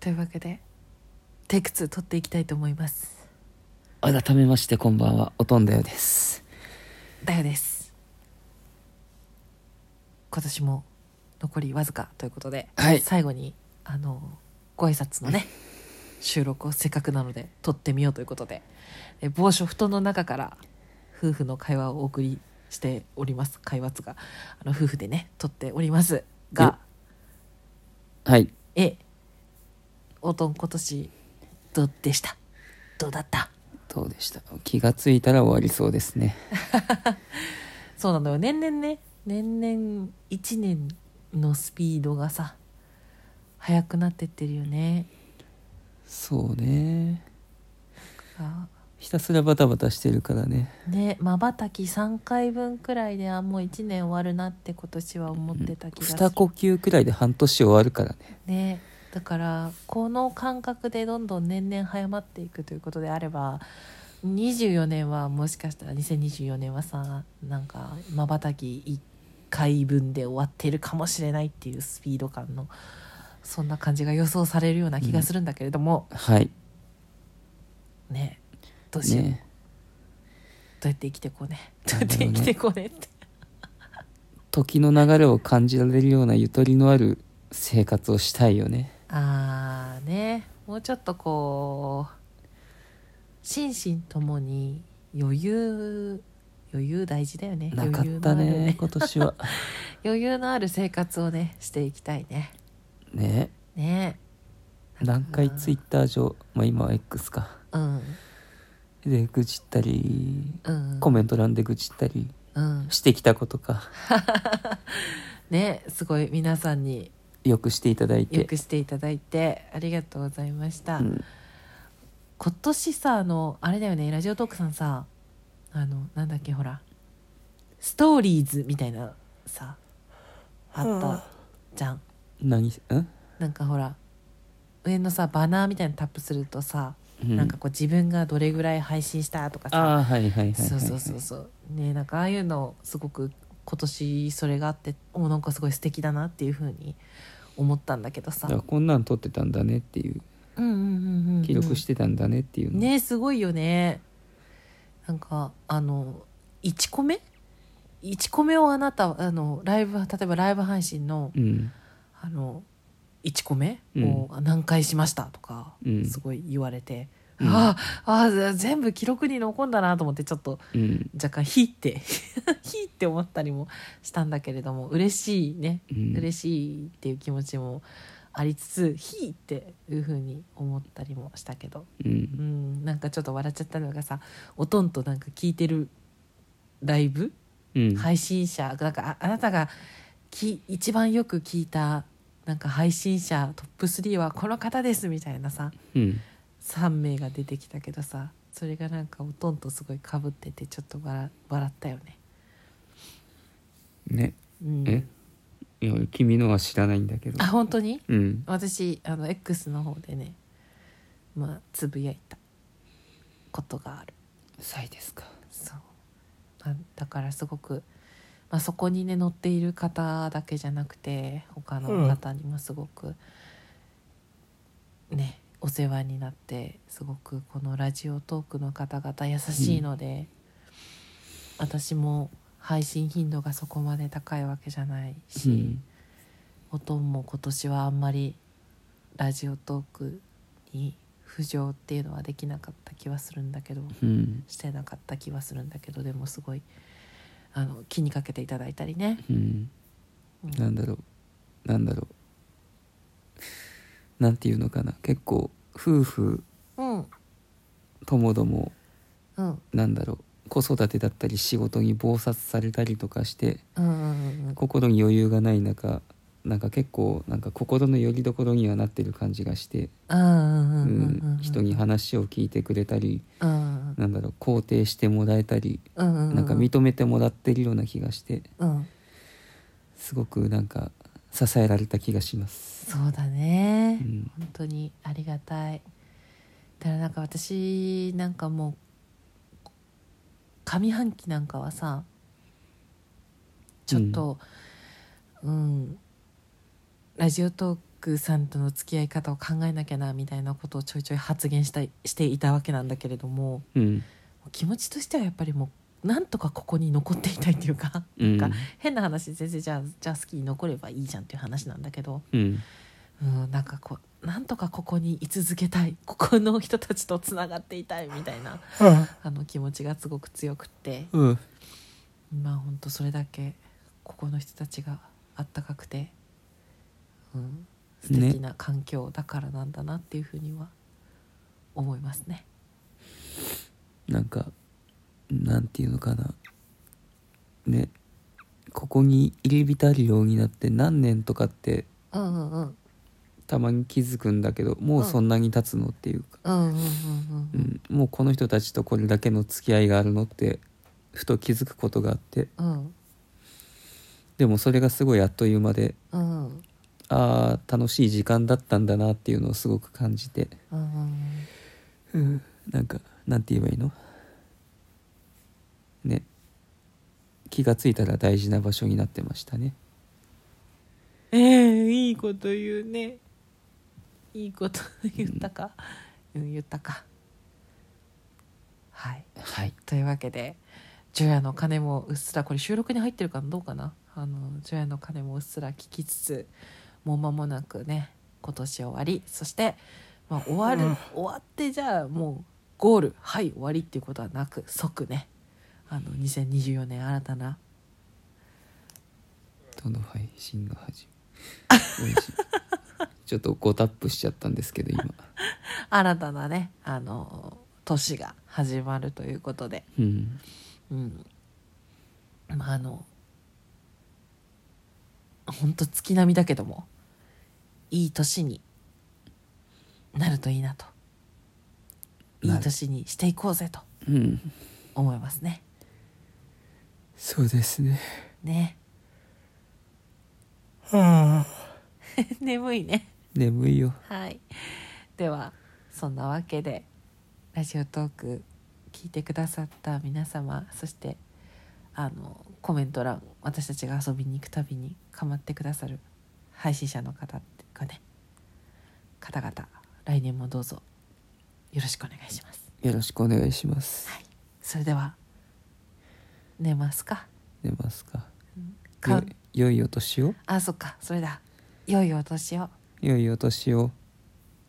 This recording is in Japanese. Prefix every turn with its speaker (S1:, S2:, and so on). S1: というわけでテイク2撮っていきたいと思います
S2: 改めましてこんばんはおとんだよです
S1: だよです今年も残りわずかということで、
S2: はい
S1: 最後にあのご挨拶のね収録をせっかくなので撮ってみようということでえ帽子を布団の中から夫婦の会話をお送りしております会話つがあの夫婦でね撮っておりますが
S2: はい
S1: えおとん今年どうでしたどうだった
S2: どうでした気がついたら終わりそうですね
S1: そうなのよ年々ね年々1年のスピードがさ速くなってってるよね
S2: そうね
S1: あ
S2: ひたすらバタバタしてるからね
S1: ねまばたき3回分くらいであもう1年終わるなって今年は思ってた気がする、
S2: 二呼吸くらいで半年終わるからね
S1: ねだからこの感覚でどんどん年々早まっていくということであれば24年はもしかしたら2024年はさなんかまばたき1回分で終わってるかもしれないっていうスピード感のそんな感じが予想されるような気がするんだけれども、
S2: はい
S1: ねどうしよう、
S2: ね
S1: どうやって生きてこうねどうやって生きてこうねって
S2: 時の流れを感じられるようなゆとりのある生活をしたいよね
S1: あーねもうちょっとこう心身ともに余裕余裕大事だよね
S2: なかったね
S1: 余裕のある
S2: 今年は
S1: 余裕のある生活をねしていきたいね
S2: ね
S1: ね
S2: 何回ツイッター上、まあ、今は X か
S1: うん
S2: で愚痴ったり
S1: うん
S2: コメント欄で愚痴ったり
S1: うん
S2: してきたことか
S1: ねすごい皆さんに
S2: よくしていただいて
S1: よくしていただいてありがとうございました、
S2: うん
S1: 今年さあのあれだよねラジオトークさんさあのなんだっけほらストーリーズみたいなさあったじゃん
S2: 何ん
S1: なんかほら上のさバナーみたいなのタップするとさ、
S2: うん
S1: なんかこう自分がどれぐらい配信したとかさ
S2: ああはいはいはいはい、はい、
S1: そうそうそうそうねなんかああいうのすごく今年それがあっておなんかすごい素敵だなっていうふうに思ったんだけどさ
S2: だからこんなん撮ってたんだねっていう
S1: うんうんうんうんうん
S2: 記録してたんだねっていうの、
S1: ねすごいよねなんかあの1個目1個目をあなたあのライブ例えばライブ配信の
S2: うん
S1: あの1個目を何回しましたとか、
S2: うん
S1: すごい言われて、
S2: うん
S1: あああぜ全部記録に残んだなと思ってちょっと
S2: うん
S1: 若干ひいって ひいって思ったりもしたんだけれども嬉しいね、
S2: うん
S1: 嬉しいっていう気持ちもありつつひいっていうふうに思ったりもしたけど
S2: う
S1: うんん、なんかちょっと笑っちゃったのがさおとんとなんか聞いてるライブ、
S2: うん
S1: 配信者なんかああなたがき一番よく聞いたなんか配信者トップ3はこの方ですみたいなさ
S2: うん
S1: 3名が出てきたけどさそれがなんかおとんとすごいかぶっててちょっと笑笑ったよね。
S2: ね
S1: うん、
S2: えいや君のは知らないんだけど
S1: あ本当に
S2: うん
S1: 私あの X の方でねまあつぶやいたことがある。
S2: サイですか
S1: そうあだからすごく、まあ、そこにね乗っている方だけじゃなくて他の方にもすごく、ねお世話になってすごくこのラジオトークの方々優しいので、私も配信頻度がそこまで高いわけじゃないし、
S2: うん
S1: おとんも今年はあんまりラジオトークに浮上っていうのはできなかった気はするんだけど。
S2: うん
S1: してなかった気はするんだけどでもすごいあの気にかけていただいたりね、
S2: うん
S1: うん
S2: なんだろうなんだろうなんていうのかな結構夫婦
S1: うん
S2: ともども
S1: うん
S2: なんだろう子育てだったり仕事に忙殺されたりとかして
S1: うんうん
S2: 心に余裕がない中なんか結構なんか心の拠り所にはなってる感じがして、
S1: うんうんうんうんうんうん
S2: うん人に話を聞いてくれたり
S1: うん
S2: なんだろう肯定してもらえたり、
S1: うんうん
S2: なんか認めてもらってるような気がして
S1: うん
S2: すごくなんか支えられた気がします。
S1: そうだね、
S2: うん
S1: 本当にありがたいだからなんか私なんかもう上半期なんかはさちょっとうん、ラジオトークさんとの付き合い方を考えなきゃなみたいなことをちょいちょい発言したいしていたわけなんだけれども
S2: うん
S1: 気持ちとしてはやっぱりもうなんとかここに残っていたいというか,、
S2: うん
S1: なんか変な話全然じゃあじゃあスキーに残ればいいじゃんっていう話なんだけど、
S2: うん
S1: うん、なんかこうなんとかここに居続けたい ここの人たちとつながっていたいみたいなあの気持ちがすごく強くって
S2: うん
S1: まあ本当それだけここの人たちがあったかくて、うん、素
S2: ね
S1: 敵な環境だからなんだなっていうふうには思いますね。
S2: なんかなんていうのかなねここに入り浸るようになって何年とかって
S1: うんうんうん
S2: たまに気づくんだけどもうそんなに経つのっていうか、
S1: うんうんうんう
S2: うんんもうこの人たちとこれだけの付き合いがあるのってふと気づくことがあって
S1: うん
S2: でもそれがすごいあっという間で
S1: うんうん
S2: ああ楽しい時間だったんだなっていうのをすごく感じて、
S1: うん
S2: うん、なんかなんて言えばいいのね気がついたら大事な場所になってましたね
S1: ええいいこと言うねいいこと言ったか、うん、言ったかはい
S2: はい
S1: というわけで「除夜の鐘」もうっすらこれ収録に入ってるかなどうかな「あの除夜の鐘」もうっすら聞きつつもう間もなくね今年終わりそして、まあ、終わる、終わってじゃあもうゴールはい終わりっていうことはなく即ねあの2024年新たな
S2: どの配信が始まるちょっと5タップしちゃったんですけど今
S1: 新たなねあの年が始まるということで、
S2: うん
S1: うん、まああの本当月並みだけどもいい年になるといいなとい
S2: なる
S1: い年にしていこうぜと
S2: うん
S1: 思いますね
S2: そうですね
S1: ね 眠いね
S2: 眠いよ
S1: はいではそんなわけでラジオトーク聞いてくださった皆様そしてあのコメント欄私たちが遊びに行くたびに構ってくださる配信者の方がね方々来年もどうぞよろしくお願いします
S2: よろしくお願いします
S1: それでは寝ますか
S2: 寝ますか
S1: か
S2: よ良いお年を
S1: あそっかそれだ良いお年を
S2: 良いお年を